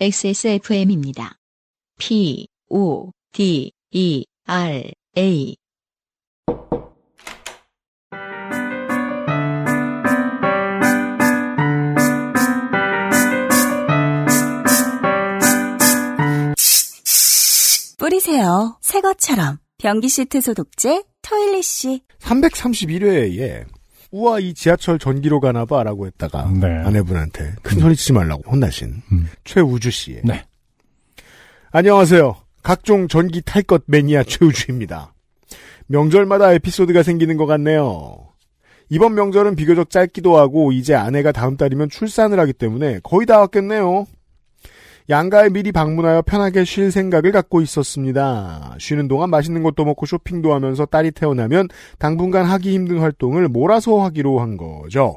XSFM입니다. P, O, D, E, R, A. 뿌리세요. 새 것처럼. 변기 시트 소독제 토일리 씨. 331회에 우와 이 지하철 전기로 가나봐라고 했다가 네. 아내분한테 큰 소리 치지 말라고 혼나신 음. 최우주 씨의 네. 안녕하세요. 각종 전기 탈 것 매니아 최우주입니다. 명절마다 에피소드가 생기는 것 같네요. 이번 명절은 비교적 짧기도 하고 이제 아내가 다음 달이면 출산을 하기 때문에 거의 다 왔겠네요. 양가에 미리 방문하여 편하게 쉴 생각을 갖고 있었습니다. 쉬는 동안 맛있는 것도 먹고 쇼핑도 하면서 딸이 태어나면 당분간 하기 힘든 활동을 몰아서 하기로 한 거죠.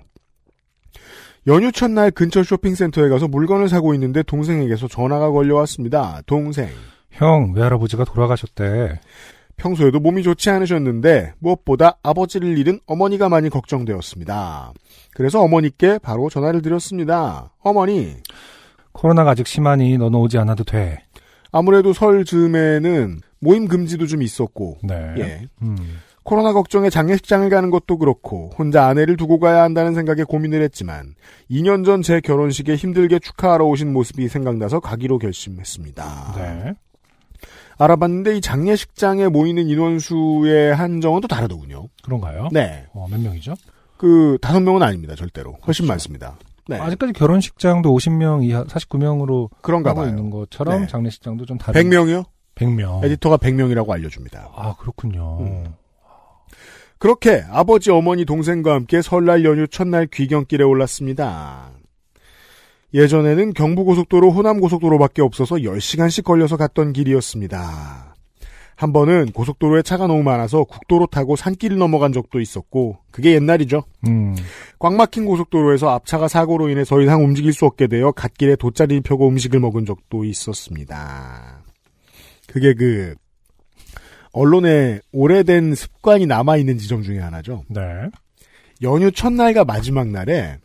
연휴 첫날 근처 쇼핑센터에 가서 물건을 사고 있는데 동생에게서 전화가 걸려왔습니다. 동생. 형, 외할아버지가 돌아가셨대. 평소에도 몸이 좋지 않으셨는데 무엇보다 아버지를 잃은 어머니가 많이 걱정되었습니다. 그래서 어머니께 바로 전화를 드렸습니다. 어머니, 코로나가 아직 심하니 너는 오지 않아도 돼. 아무래도 설 즈음에는 모임 금지도 좀 있었고, 네. 예, 음. 코로나 걱정에 장례식장을 가는 것도 그렇고 혼자 아내를 두고 가야 한다는 생각에 고민을 했지만 2년 전 제 결혼식에 힘들게 축하하러 오신 모습이 생각나서 가기로 결심했습니다. 네. 알아봤는데 이 장례식장에 모이는 인원수의 한정은 또 다르더군요. 그런가요? 네. 어, 몇 명이죠? 그 다섯 명은 아닙니다. 절대로. 그렇죠. 훨씬 많습니다. 네. 아직까지 결혼식장도 50명 이하, 49명으로 그런가 하고 봐요. 있는 어. 것처럼 네. 장례식장도 좀 다른. 100명이요? 100명. 에디터가 100명이라고 알려줍니다. 아, 그렇군요. 음. 그렇게 아버지, 어머니, 동생과 함께 설날 연휴 첫날 귀경길에 올랐습니다. 예전에는 경부고속도로, 호남고속도로밖에 없어서 10시간씩 걸려서 갔던 길이었습니다. 한 번은 고속도로에 차가 너무 많아서 국도로 타고 산길을 넘어간 적도 있었고, 그게 옛날이죠. 음. 꽉 막힌 고속도로에서 앞차가 사고로 인해 더 이상 움직일 수 없게 되어 갓길에 돗자리를 펴고 음식을 먹은 적도 있었습니다. 그게 그 언론에 오래된 습관이 남아 있는 지점 중에 하나죠. 네. 연휴 첫날과 마지막 날에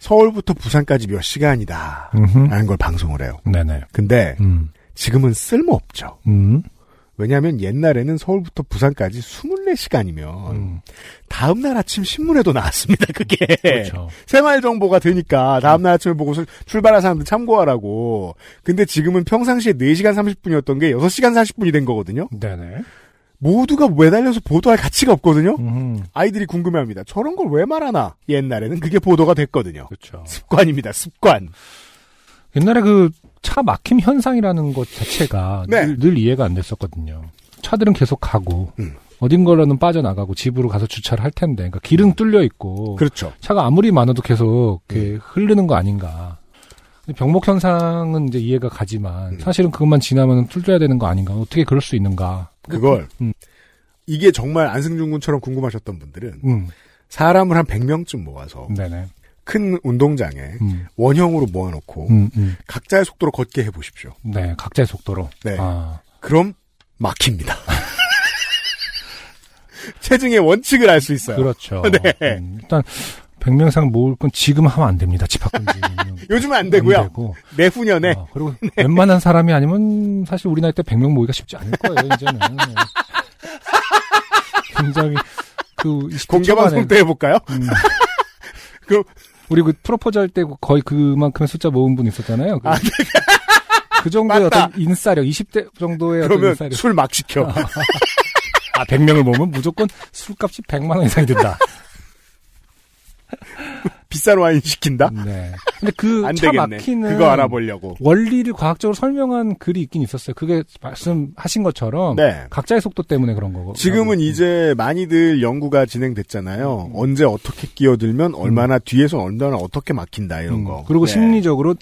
서울부터 부산까지 몇 시간이다 음흠. 라는 걸 방송을 해요. 네네. 근데 음. 지금은 쓸모없죠. 음. 왜냐하면 옛날에는 서울부터 부산까지 24시간이면 음. 다음 날 아침 신문에도 나왔습니다. 그게 그렇죠. 새마을 정보가 되니까 다음날 아침에 보고서 출발한 사람들 참고하라고. 근데 지금은 평상시에 4시간 30분이었던 게 6시간 40분이 된 거거든요. 네네. 어? 모두가 매달려서 보도할 가치가 없거든요. 음. 아이들이 궁금해합니다. 저런 걸 왜 말하나? 옛날에는 그게 보도가 됐거든요. 그렇죠. 습관입니다. 습관. 옛날에 그 차 막힘 현상이라는 것 자체가 네. 늘, 늘 이해가 안 됐었거든요. 차들은 계속 가고 음. 어딘가로는 빠져나가고 집으로 가서 주차를 할 텐데, 그러니까 길은 뚫려 있고 그렇죠. 차가 아무리 많아도 계속 이렇게 음. 흐르는 거 아닌가. 근데 병목 현상은 이제 이해가 가지만 음. 사실은 그것만 지나면 뚫려야 되는 거 아닌가. 어떻게 그럴 수 있는가. 그걸 음. 이게 정말 안승준 군처럼 궁금하셨던 분들은 음, 사람을 한 100명쯤 모아서 네네. 큰 운동장에 음, 원형으로 모아놓고 음, 음. 각자의 속도로 걷게 해보십시오. 네, 각자의 속도로. 네. 아, 그럼 막힙니다. 체증의 원칙을 알 수 있어요. 그렇죠. 네. 음, 일단 100명 이상 모을 건 지금 하면 안 됩니다. 집 밖은 요즘은 안 되고요. 네. 되고. 내후년에 아, 그리고 웬만한 사람이 아니면 사실 우리 나이 때 100명 모기가 쉽지 않을 거예요, 이제는. 네. 굉장히 그 20대 공개방송 초반에, 때 해볼까요? 음, 그럼 우리 그 프로포즈 할 때 거의 그만큼의 숫자 모은 분 있었잖아요. 그, 아, 그 정도의 맞다. 어떤 인싸력, 20대 정도의 어떤 어. 그러면 인싸력. 술 막 시켜. 아, 100명을 모으면 무조건 술값이 100만 원 이상이 된다. 비싼 와인 시킨다. 네. 근데 그 안 차 되겠네. 막히는 음. 그거 알아보려고. 원리를 과학적으로 설명한 글이 있긴 있었어요. 그게 말씀하신 것처럼 네. 각자의 속도 때문에 그런 거고. 지금은 이제 많이들 연구가 음. 진행됐잖아요. 언제 어떻게 끼어들면 얼마나 뒤에서 얼마나 어떻게 막힌다 이런 음, 거. 그리고 네. 심리적으로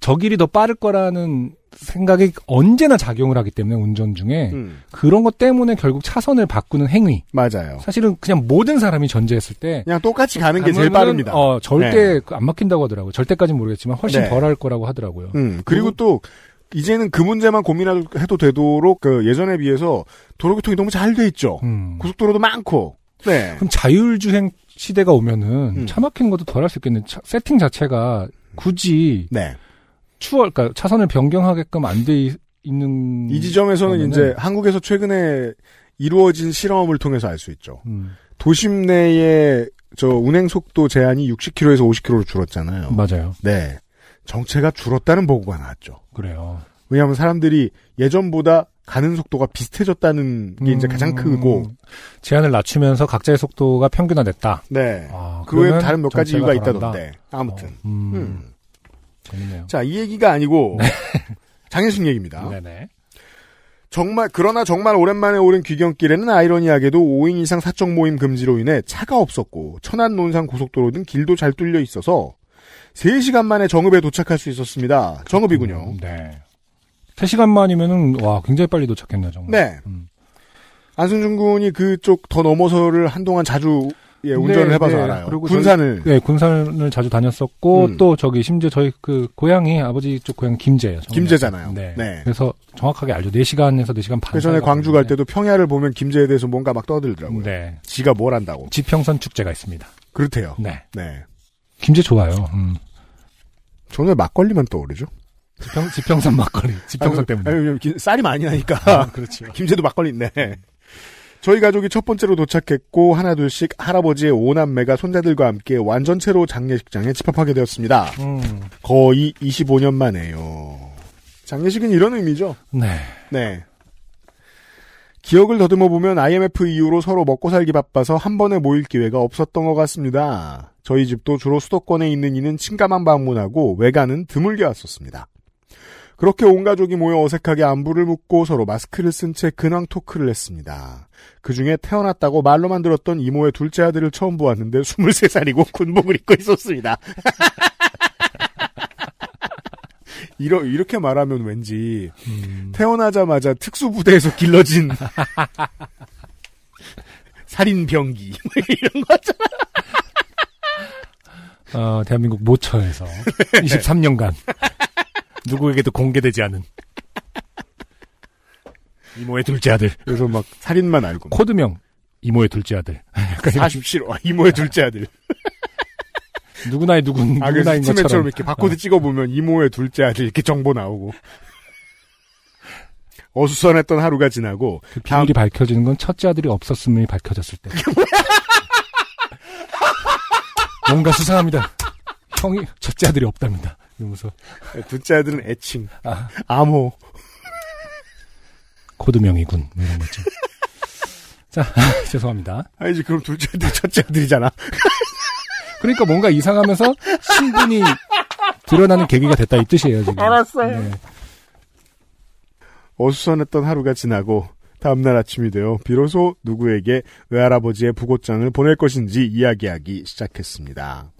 저 길이 더 빠를 거라는 생각이 언제나 작용을 하기 때문에 운전 중에 음, 그런 것 때문에 결국 차선을 바꾸는 행위. 맞아요. 사실은 그냥 모든 사람이 전제했을 때 그냥 똑같이 가는 게 제일 가면은, 빠릅니다. 어, 절대 네. 그안 막힌다고 하더라고요. 절대까지는 모르겠지만 훨씬 네. 덜 할 거라고 하더라고요. 음, 그리고 또 이제는 그 문제만 고민해도 되도록 그 예전에 비해서 도로교통이 너무 잘 돼 있죠. 음. 고속도로도 많고. 네. 그럼 자율주행 시대가 오면은 음. 차 막히는 것도 덜 할 수 있겠네. 차- 세팅 자체가 굳이 네. 추월, 그러니까 차선을 변경하게끔 안 돼 있는 이 지점에서는 음. 그러면은- 이제 한국에서 최근에 이루어진 실험을 통해서 알 수 있죠. 음, 도심 내에 저 운행 속도 제한이 60km에서 50km로 줄었잖아요. 맞아요. 네. 정체가 줄었다는 보고가 나왔죠. 그래요. 왜냐하면 사람들이 예전보다 가는 속도가 비슷해졌다는 게 이제 가장 크고, 음, 제한을 낮추면서 각자의 속도가 평균화됐다. 네. 아, 그 외에 그러면 다른 몇 가지 정체가 이유가 덜한다. 있다던데. 아무튼. 어, 음, 음. 재밌네요. 자, 이 얘기가 아니고, 장현식 얘기입니다. 네네. 정말 그러나 정말 오랜만에 오른 귀경길에는 아이러니하게도 5인 이상 사적 모임 금지로 인해 차가 없었고 천안 논산 고속도로 등 길도 잘 뚫려 있어서 3시간 만에 정읍에 도착할 수 있었습니다. 정읍이군요. 음, 네. 3시간 만이면은, 와, 굉장히 빨리 도착했네요, 정말. 네. 음. 안승준 군이 그쪽 더 넘어서를 한동안 자주 예, 운전을 네, 해봐서 네. 알아요. 그리고 군산을 네, 군산을 자주 다녔었고, 음. 또 저기, 심지어 저희 그, 고향이, 아버지 쪽 고향 김제예요. 정말. 김제잖아요. 네. 네. 그래서 정확하게 알죠. 4시간에서 4시간 반. 그 전에 사이가 광주 갈 걸리는데. 때도 평야를 보면 김제에 대해서 뭔가 막 떠들더라고요. 네. 지가 뭘 안다고. 지평선 축제가 있습니다. 그렇대요. 네. 네. 김제 좋아요. 음. 저는 왜 막걸리만 떠오르죠? 지평, 지평선 막걸리. 지평선 아니, 때문에. 아니, 왜냐면 기- 쌀이 많이 나니까. 그렇죠. 김제도 막걸리 있네. 저희 가족이 첫 번째로 도착했고 하나둘씩 할아버지의 오남매가 손자들과 함께 완전체로 장례식장에 집합하게 되었습니다. 음. 거의 25년 만에요. 장례식은 이런 의미죠. 네. 네. 기억을 더듬어 보면 IMF 이후로 서로 먹고 살기 바빠서 한 번에 모일 기회가 없었던 것 같습니다. 저희 집도 주로 수도권에 있는 이는 친가만 방문하고 외가는 드물게 왔었습니다. 그렇게 온 가족이 모여 어색하게 안부를 묻고 서로 마스크를 쓴 채 근황 토크를 했습니다. 그 중에 태어났다고 말로만 들었던 이모의 둘째 아들을 처음 보았는데 23살이고 군복을 입고 있었습니다. 이러, 이렇게 말하면 왠지 음. 태어나자마자 특수부대에서 길러진 살인병기 이런 거 같잖아. 어, 대한민국 모처에서 23년간 누구에게도 공개되지 않은 이모의 둘째 아들 그래서 막 살인만 알고 코드명 이모의 둘째 아들 47호 아, 이모의 둘째 아들. 누구나의 누군 아 그래서 누구나인 스매처럼 것처럼 이렇게 바코드 찍어보면 이모의 둘째 아들 이렇게 정보 나오고 어수선했던 하루가 지나고 그 비밀이 밝혀지는 건 첫째 아들이 없었음이 밝혀졌을 때 뭔가 수상합니다 형이 첫째 아들이 없답니다 이러면서 둘째 아들은 애칭, 아. 암호. 코드명이군 뭐 이런 거죠 자 죄송합니다 아니지 그럼 둘째 아들 첫째 아들이잖아. 그러니까 뭔가 이상하면서 신분이 드러나는 계기가 됐다 이 뜻이에요 지금. 알았어요. 네. 어수선했던 하루가 지나고 다음날 아침이 되어 비로소 누구에게 외할아버지의 부고장을 보낼 것인지 이야기하기 시작했습니다.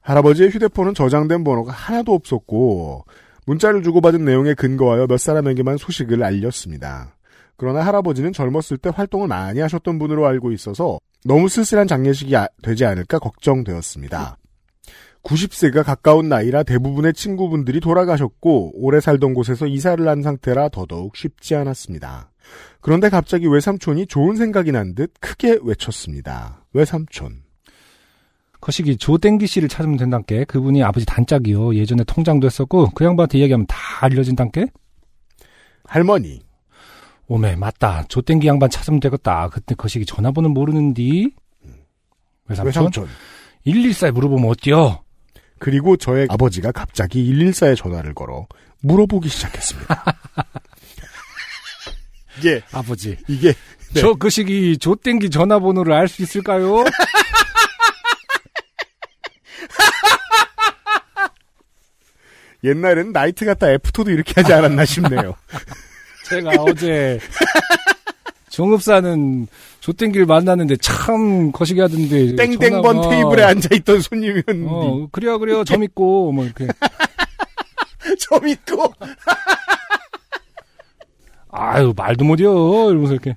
할아버지의 휴대폰은 저장된 번호가 하나도 없었고 문자를 주고받은 내용에 근거하여 몇 사람에게만 소식을 알렸습니다. 그러나 할아버지는 젊었을 때 활동을 많이 하셨던 분으로 알고 있어서 너무 쓸쓸한 장례식이 아- 되지 않을까 걱정되었습니다. 90세가 가까운 나이라 대부분의 친구분들이 돌아가셨고 오래 살던 곳에서 이사를 한 상태라 더더욱 쉽지 않았습니다. 그런데 갑자기 외삼촌이 좋은 생각이 난 듯 크게 외쳤습니다. 외삼촌. 거시기 조땡기 씨를 찾으면 된단께 그분이 아버지 단짝이요 예전에 통장도 했었고 그 양반한테 이야기하면 다 알려진 단께 할머니. 오메 맞다 조땡기 양반 찾으면 되겠다 그때 거시기 전화번호 모르는디 외삼촌 외삼촌. 114에 물어보면 어때요 그리고 저의 아버지가 갑자기 114에 전화를 걸어 물어보기 시작했습니다. 예. 이게, 아버지 이게, 네. 저 거시기 조땡기 전화번호를 알 수 있을까요 옛날에는 나이트 같다 애프터도 이렇게 하지 않았나 싶네요. 제가 어제 종업 사는 조땡기를 만났는데 참 거시기 하던데 땡땡번 전화가- 테이블에 앉아있던 손님이었는데, 어, 그래요 그래요 점 있고 뭐 이렇게 점 있고, 아유 말도 못해요 이러면서 이렇게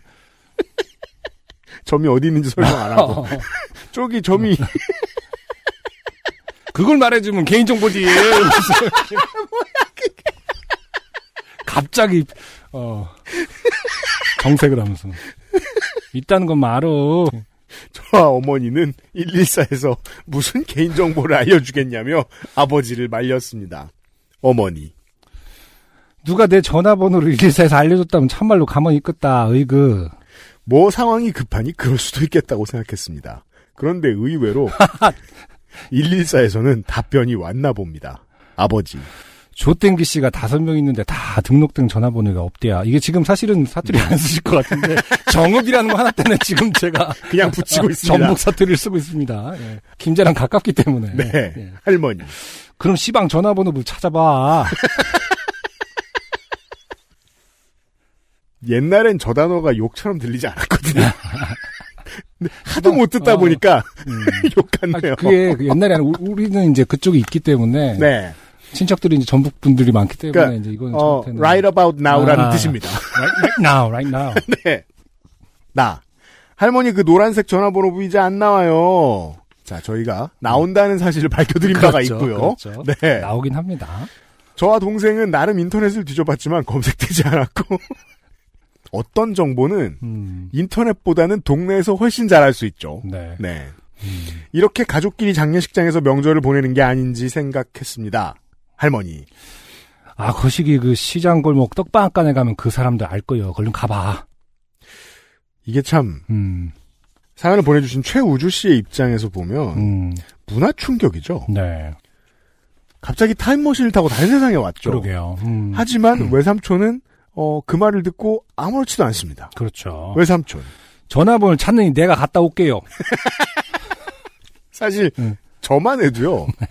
점이 어디 있는지 설명 안 하고. 쪽이 점이 그걸 말해주면 개인정보지 이러면서 이렇게. 갑자기 어 정색을 하면서 있다는 건 말어 저와 어머니는 114에서 무슨 개인정보를 알려주겠냐며 아버지를 말렸습니다. 어머니. 누가 내 전화번호를 114에서 알려줬다면 참말로 가만히 있겠다. 으이그. 뭐 상황이 급하니 그럴 수도 있겠다고 생각했습니다. 그런데 의외로 114에서는 답변이 왔나 봅니다. 아버지. 조땡기 씨가 다섯 명 있는데 다 등록된 전화번호가 없대야. 이게 지금 사실은 사투리 안 쓰실 것 같은데 정읍이라는 거 하나 때문에 지금 제가 그냥 붙이고 아, 있습니다. 전북 사투리를 쓰고 있습니다. 예. 김제랑 가깝기 때문에. 네. 예. 할머니. 그럼 시방 전화번호를 뭐 찾아봐. 옛날엔 저 단어가 욕처럼 들리지 않았거든요. 근데 하도 못 듣다 어. 보니까 음. 욕 아, 같네요. 그게 그 옛날에 아니라 우- 우리는 이제 그쪽이 있기 때문에 네. 친척들이 이제 전북 분들이 많기 때문에 그러니까, 이제 이거는 어, 저한테는 right about now라는 아. 뜻입니다. right, right now, right now. 네. 나. 할머니 그 노란색 전화번호 보이지 안 나와요. 자, 저희가 나온다는 사실을 밝혀드린 바가 그렇죠, 있고요. 그렇죠. 네. 나오긴 합니다. 저와 동생은 나름 인터넷을 뒤져봤지만 검색되지 않았고 어떤 정보는 음, 인터넷보다는 동네에서 훨씬 잘할 수 있죠. 네. 네. 이렇게 가족끼리 장례식장에서 명절을 보내는 게 아닌지 생각했습니다. 할머니. 아 거시기 그 시장 골목 떡방간에 가면 그 사람들 알 거예요. 얼른 가봐. 이게 참 음, 사연을 보내주신 최우주 씨의 입장에서 보면 음, 문화 충격이죠. 네. 갑자기 타임머신을 타고 다른 세상에 왔죠. 그러게요. 음, 하지만 외삼촌은 어, 그 말을 듣고 아무렇지도 않습니다. 그렇죠. 외삼촌. 전화번호를 찾느니 내가 갔다 올게요. 사실 음. 저만 해도요. 네.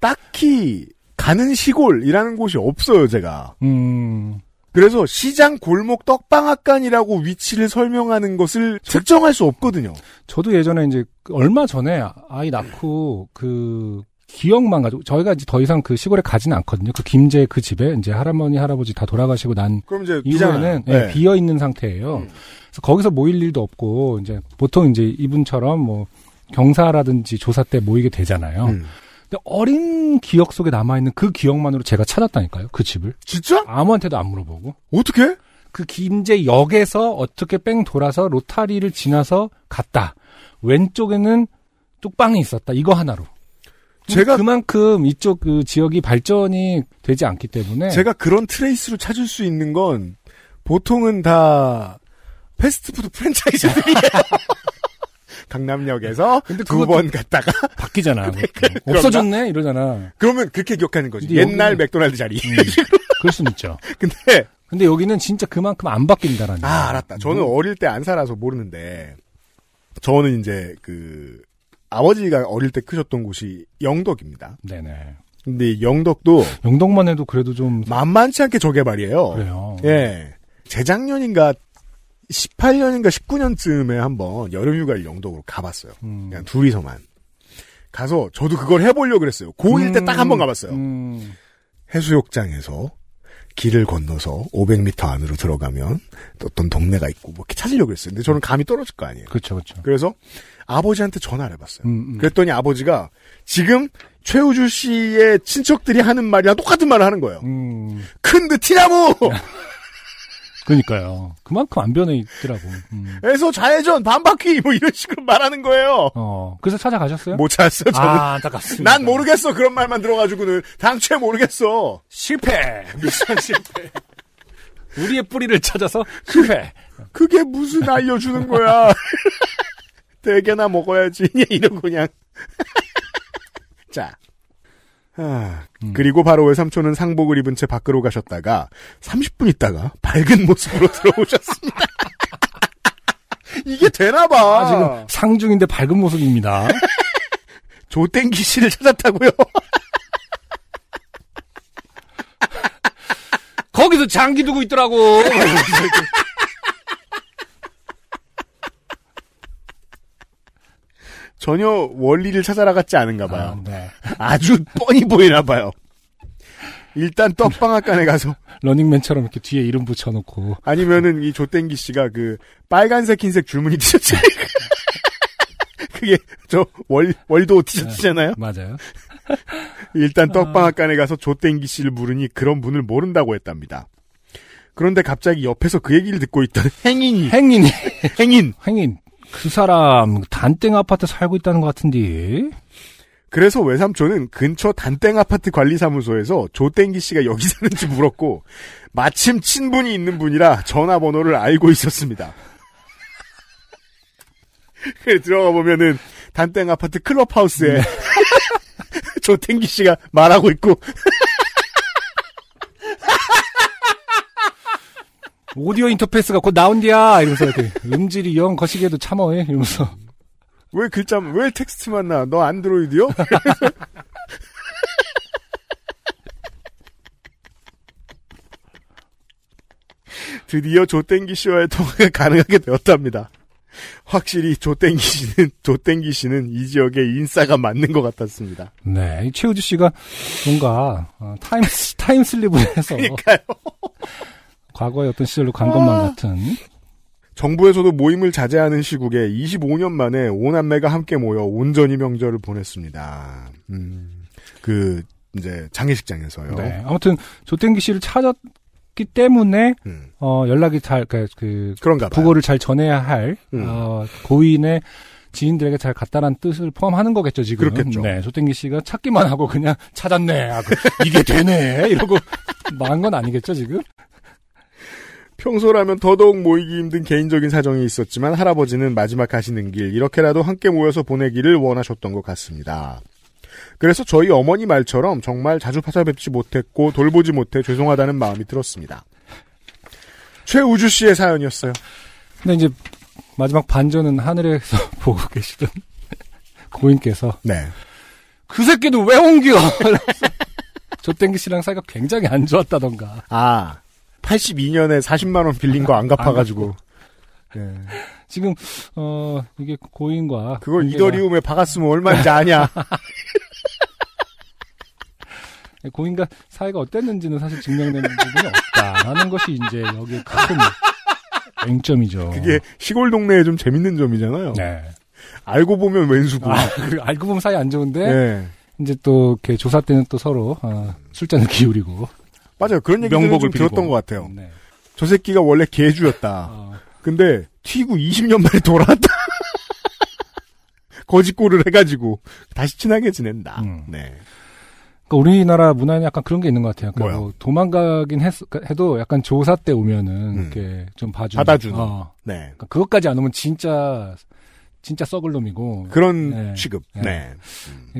딱히 가는 시골이라는 곳이 없어요, 제가. 음, 그래서 시장 골목 떡방앗간이라고 위치를 설명하는 것을 특정할 수 없거든요. 저도 예전에 이제 그 얼마 전에 아이 낳고 그 기억만 가지고 저희가 이제 더 이상 그 시골에 가지는 않거든요. 그 김제 그 집에 이제 할머니 할아버지 다 돌아가시고 난 그럼 이제 이후에는 네, 예, 비잖아요. 네. 비어 있는 상태예요. 그래서 거기서 모일 일도 없고 이제 보통 이제 이분처럼 뭐 경사라든지 조사 때 모이게 되잖아요. 음. 근데 어린 기억 속에 남아 있는 그 기억만으로 제가 찾았다니까요. 그 집을 진짜? 아무한테도 안 물어보고 어떻게? 그 김제역에서 어떻게 뺑 돌아서 로타리를 지나서 갔다. 왼쪽에는 뚝방이 있었다. 이거 하나로. 제가- 그만큼 이쪽 그 지역이 발전이 되지 않기 때문에 제가 그런 트레이스로 찾을 수 있는 건 보통은 다 패스트푸드 프랜차이즈들이에요. 강남역에서 근데 두 그것도- 번 갔다가 바뀌잖아. 그것도. 그런가? 없어졌네 예, 이러잖아. 그러면 그렇게 기억하는 거지. 근데 옛날 여기는- 맥도날드 자리. 그럴 수는 있죠. 근데 근데 여기는 진짜 그만큼 안 바뀐다라는. 아 알았다. 저는 음. 어릴 때 안 살아서 모르는데 저는 이제 그 아버지가 어릴 때 크셨던 곳이 영덕입니다. 네네. 근데 영덕도 영동만 해도 그래도 좀 만만치 않게 저개발이에요. 그래요. 뭐, 예. 재작년인가 18년인가 19년쯤에 한번 여름휴가를 영덕으로 가봤어요. 음. 그냥 둘이서만. 가서 저도 그걸 해보려고 그랬어요. 고1 때 딱 한 번 가봤어요. 음. 해수욕장에서 길을 건너서 500m 안으로 들어가면 또 어떤 동네가 있고 뭐 이렇게 찾으려고 그랬어요. 근데 저는 감이 떨어질 거 아니에요. 그렇죠, 그렇죠. 그래서 아버지한테 전화를 해봤어요. 음, 음. 그랬더니 아버지가 지금 최우주 씨의 친척들이 하는 말이랑 똑같은 말을 하는 거예요. 음. 큰데 티나무! 그러니까요. 그만큼 안 변해 있더라고. 음. 에서 좌회전 반바퀴 뭐 이런 식으로 말하는 거예요. 어. 그래서 찾아가셨어요? 못 찾았어요. 저는. 아, 안타깝습니다. 난 모르겠어 그런 말만 들어가지고는 당최 모르겠어. 실패. 미션 실패. 우리의 뿌리를 찾아서 실패. 그게 무슨 알려주는 거야. 대게나 먹어야지. 이러고 그냥. 자. 아, 음. 그리고 바로 외삼촌은 상복을 입은 채 밖으로 가셨다가 30분 있다가 밝은 모습으로 들어오셨습니다. 이게 되나봐. 아, 지금 상중인데 밝은 모습입니다. 조땡기 씨를 찾았다고요. 거기서 장기 두고 있더라고. 전혀 원리를 찾아라 같지 않은가 봐요. 아, 네. 아주 뻔히 보이나 봐요. 일단 떡방앗간에 가서 러닝맨처럼 이렇게 뒤에 이름 붙여놓고. 아니면은 이 조땡기 씨가 그 빨간색 흰색 줄무늬 티셔츠 그게 저월 월도 티셔츠잖아요. 맞아요. 네. 일단 떡방앗간에 가서 조땡기 씨를 부르니 그런 분을 모른다고 했답니다. 그런데 갑자기 옆에서 그 얘기를 듣고 있던 행인이 행인, 행인 행인. 그 사람 단땡 아파트 살고 있다는 것 같은데. 그래서 외삼촌은 근처 단땡 아파트 관리사무소에서 조땡기 씨가 여기 사는지 물었고 마침 친분이 있는 분이라 전화번호를 알고 있었습니다. 그래, 들어가 보면은 단땡 아파트 클럽하우스에 조땡기 씨가 말하고 있고 오디오 인터페이스가 곧 나온디야 이러면서 이렇게 음질이 영 거시기에도 참어해 이러면서 왜 글자 왜 텍스트만 나? 너 안드로이드요? 드디어 조땡기 씨와의 통화가 가능하게 되었답니다. 확실히 조땡기 씨는 조땡기 씨는 이 지역의 인싸가 맞는 것 같았습니다. 네, 이 최우주 씨가 뭔가 어, 타임 타임 슬립을 해서 그러니까요. 아. 과거의 어떤 시절로 간 것만 같은 정부에서도 모임을 자제하는 시국에 25년 만에 오남매가 함께 모여 온전히 명절을 보냈습니다. 음, 그 이제 장례식장에서요. 네. 아무튼 조땡기 씨를 찾았기 때문에 음, 어, 연락이 잘 그, 그 그런가 봐요. 부고를 잘 전해야 할 음. 어, 고인의 지인들에게 잘 갔다란 뜻을 포함하는 거겠죠 지금. 그렇겠죠. 네, 조땡기 씨가 찾기만 하고 그냥 찾았네. 하고, 이게 되네. 이러고 망한 건 아니겠죠 지금. 평소라면 더더욱 모이기 힘든 개인적인 사정이 있었지만 할아버지는 마지막 가시는 길 이렇게라도 함께 모여서 보내기를 원하셨던 것 같습니다. 그래서 저희 어머니 말처럼 정말 자주 찾아뵙지 못했고 돌보지 못해 죄송하다는 마음이 들었습니다. 최우주 씨의 사연이었어요. 근데 이제 마지막 반전은 하늘에서 보고 계시던 고인께서 네. 그 새끼도 왜 옮겨? 조땡기 씨랑 사이가 굉장히 안 좋았다던가. 아, 82년에 40만원 빌린 거 안 갚아가지고. 네. 지금 어 이게 고인과 그걸 관계가- 이더리움에 박았으면 얼마인지 아냐. 예, 고인과 사이가 어땠는지는 사실 증명되는 부분이 없다라는 것이 이제 여기에 큰 맹점이죠. 그게 시골 동네에 좀 재밌는 점이잖아요. 네. 알고 보면 왼수고. 아, 그리고 알고 보면 사이 안 좋은데 네. 이제 또 이렇게 조사 때는 또 서로 어, 술잔을 기울이고 맞아요. 그런 얘기를 좀 명복을 빌고. 들었던 것 같아요. 아. 네. 저 새끼가 원래 개주였다. 어, 근데 튀고 20년 만에 돌아왔다. 거짓골을 해가지고 다시 친하게 지낸다. 음. 네. 그러니까 우리나라 문화에는 약간 그런 게 있는 것 같아요. 그러니까 뭐요? 뭐 도망가긴 했, 해도 약간 조사 때 오면은 음. 이렇게 좀 봐주는. 받아주는. 어. 네. 그러니까 그것까지 안 오면 진짜 진짜 썩을 놈이고. 그런 네. 취급. 네. 네.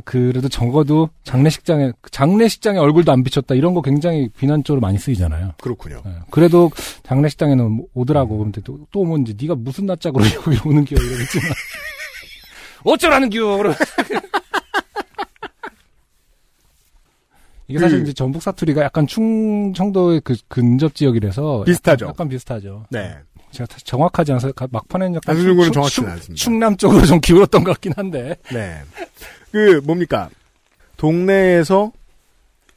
그래도 적어도 장례식장에 장례식장에 얼굴도 안 비쳤다 이런 거 굉장히 비난적으로 많이 쓰이잖아요. 그렇군요. 예, 그래도 장례식장에는 오더라고 근데 또, 또 오면 이제 네가 무슨 낯짝으로 여기 오는 기어 이러겠지만 어쩌라는 기어 그러- 이게 사실 그- 이제 전북 사투리가 약간 충청도의 그 근접 지역이라서 비슷하죠. 약간, 약간 비슷하죠. 네. 제가 사실 정확하지 않아서 가- 막판에는 약간 안승준 군은 충- 정확히는 충- 않습니다. 충남 쪽으로 좀 기울었던 것 같긴 한데 네. 그 뭡니까? 동네에서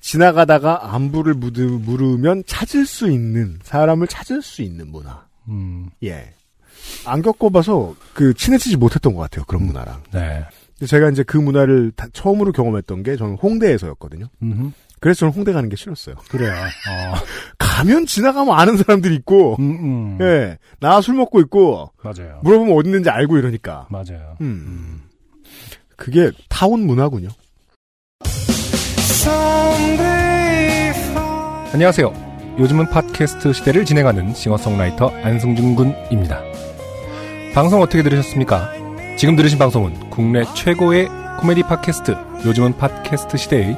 지나가다가 안부를 무드- 물으면 찾을 수 있는 사람을 찾을 수 있는 문화. 음, 예. 안 겪어봐서 그 친해지지 못했던 것 같아요. 그런 문화랑. 네. 근데 제가 이제 그 문화를 다- 처음으로 경험했던 게 저는 홍대에서였거든요. 음흠. 그래서 저는 홍대 가는 게 싫었어요. 그래요. 어. 가면 지나가면 아는 사람들이 있고, 음, 음. 예, 나 술 먹고 있고, 맞아요. 물어보면 어디 있는지 알고 이러니까. 맞아요. 음. 그게 타운 문화군요. 안녕하세요. 요즘은 팟캐스트 시대를 진행하는 싱어송라이터 안승준 군입니다. 방송 어떻게 들으셨습니까? 지금 들으신 방송은 국내 최고의 코미디 팟캐스트 요즘은 팟캐스트 시대의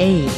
A.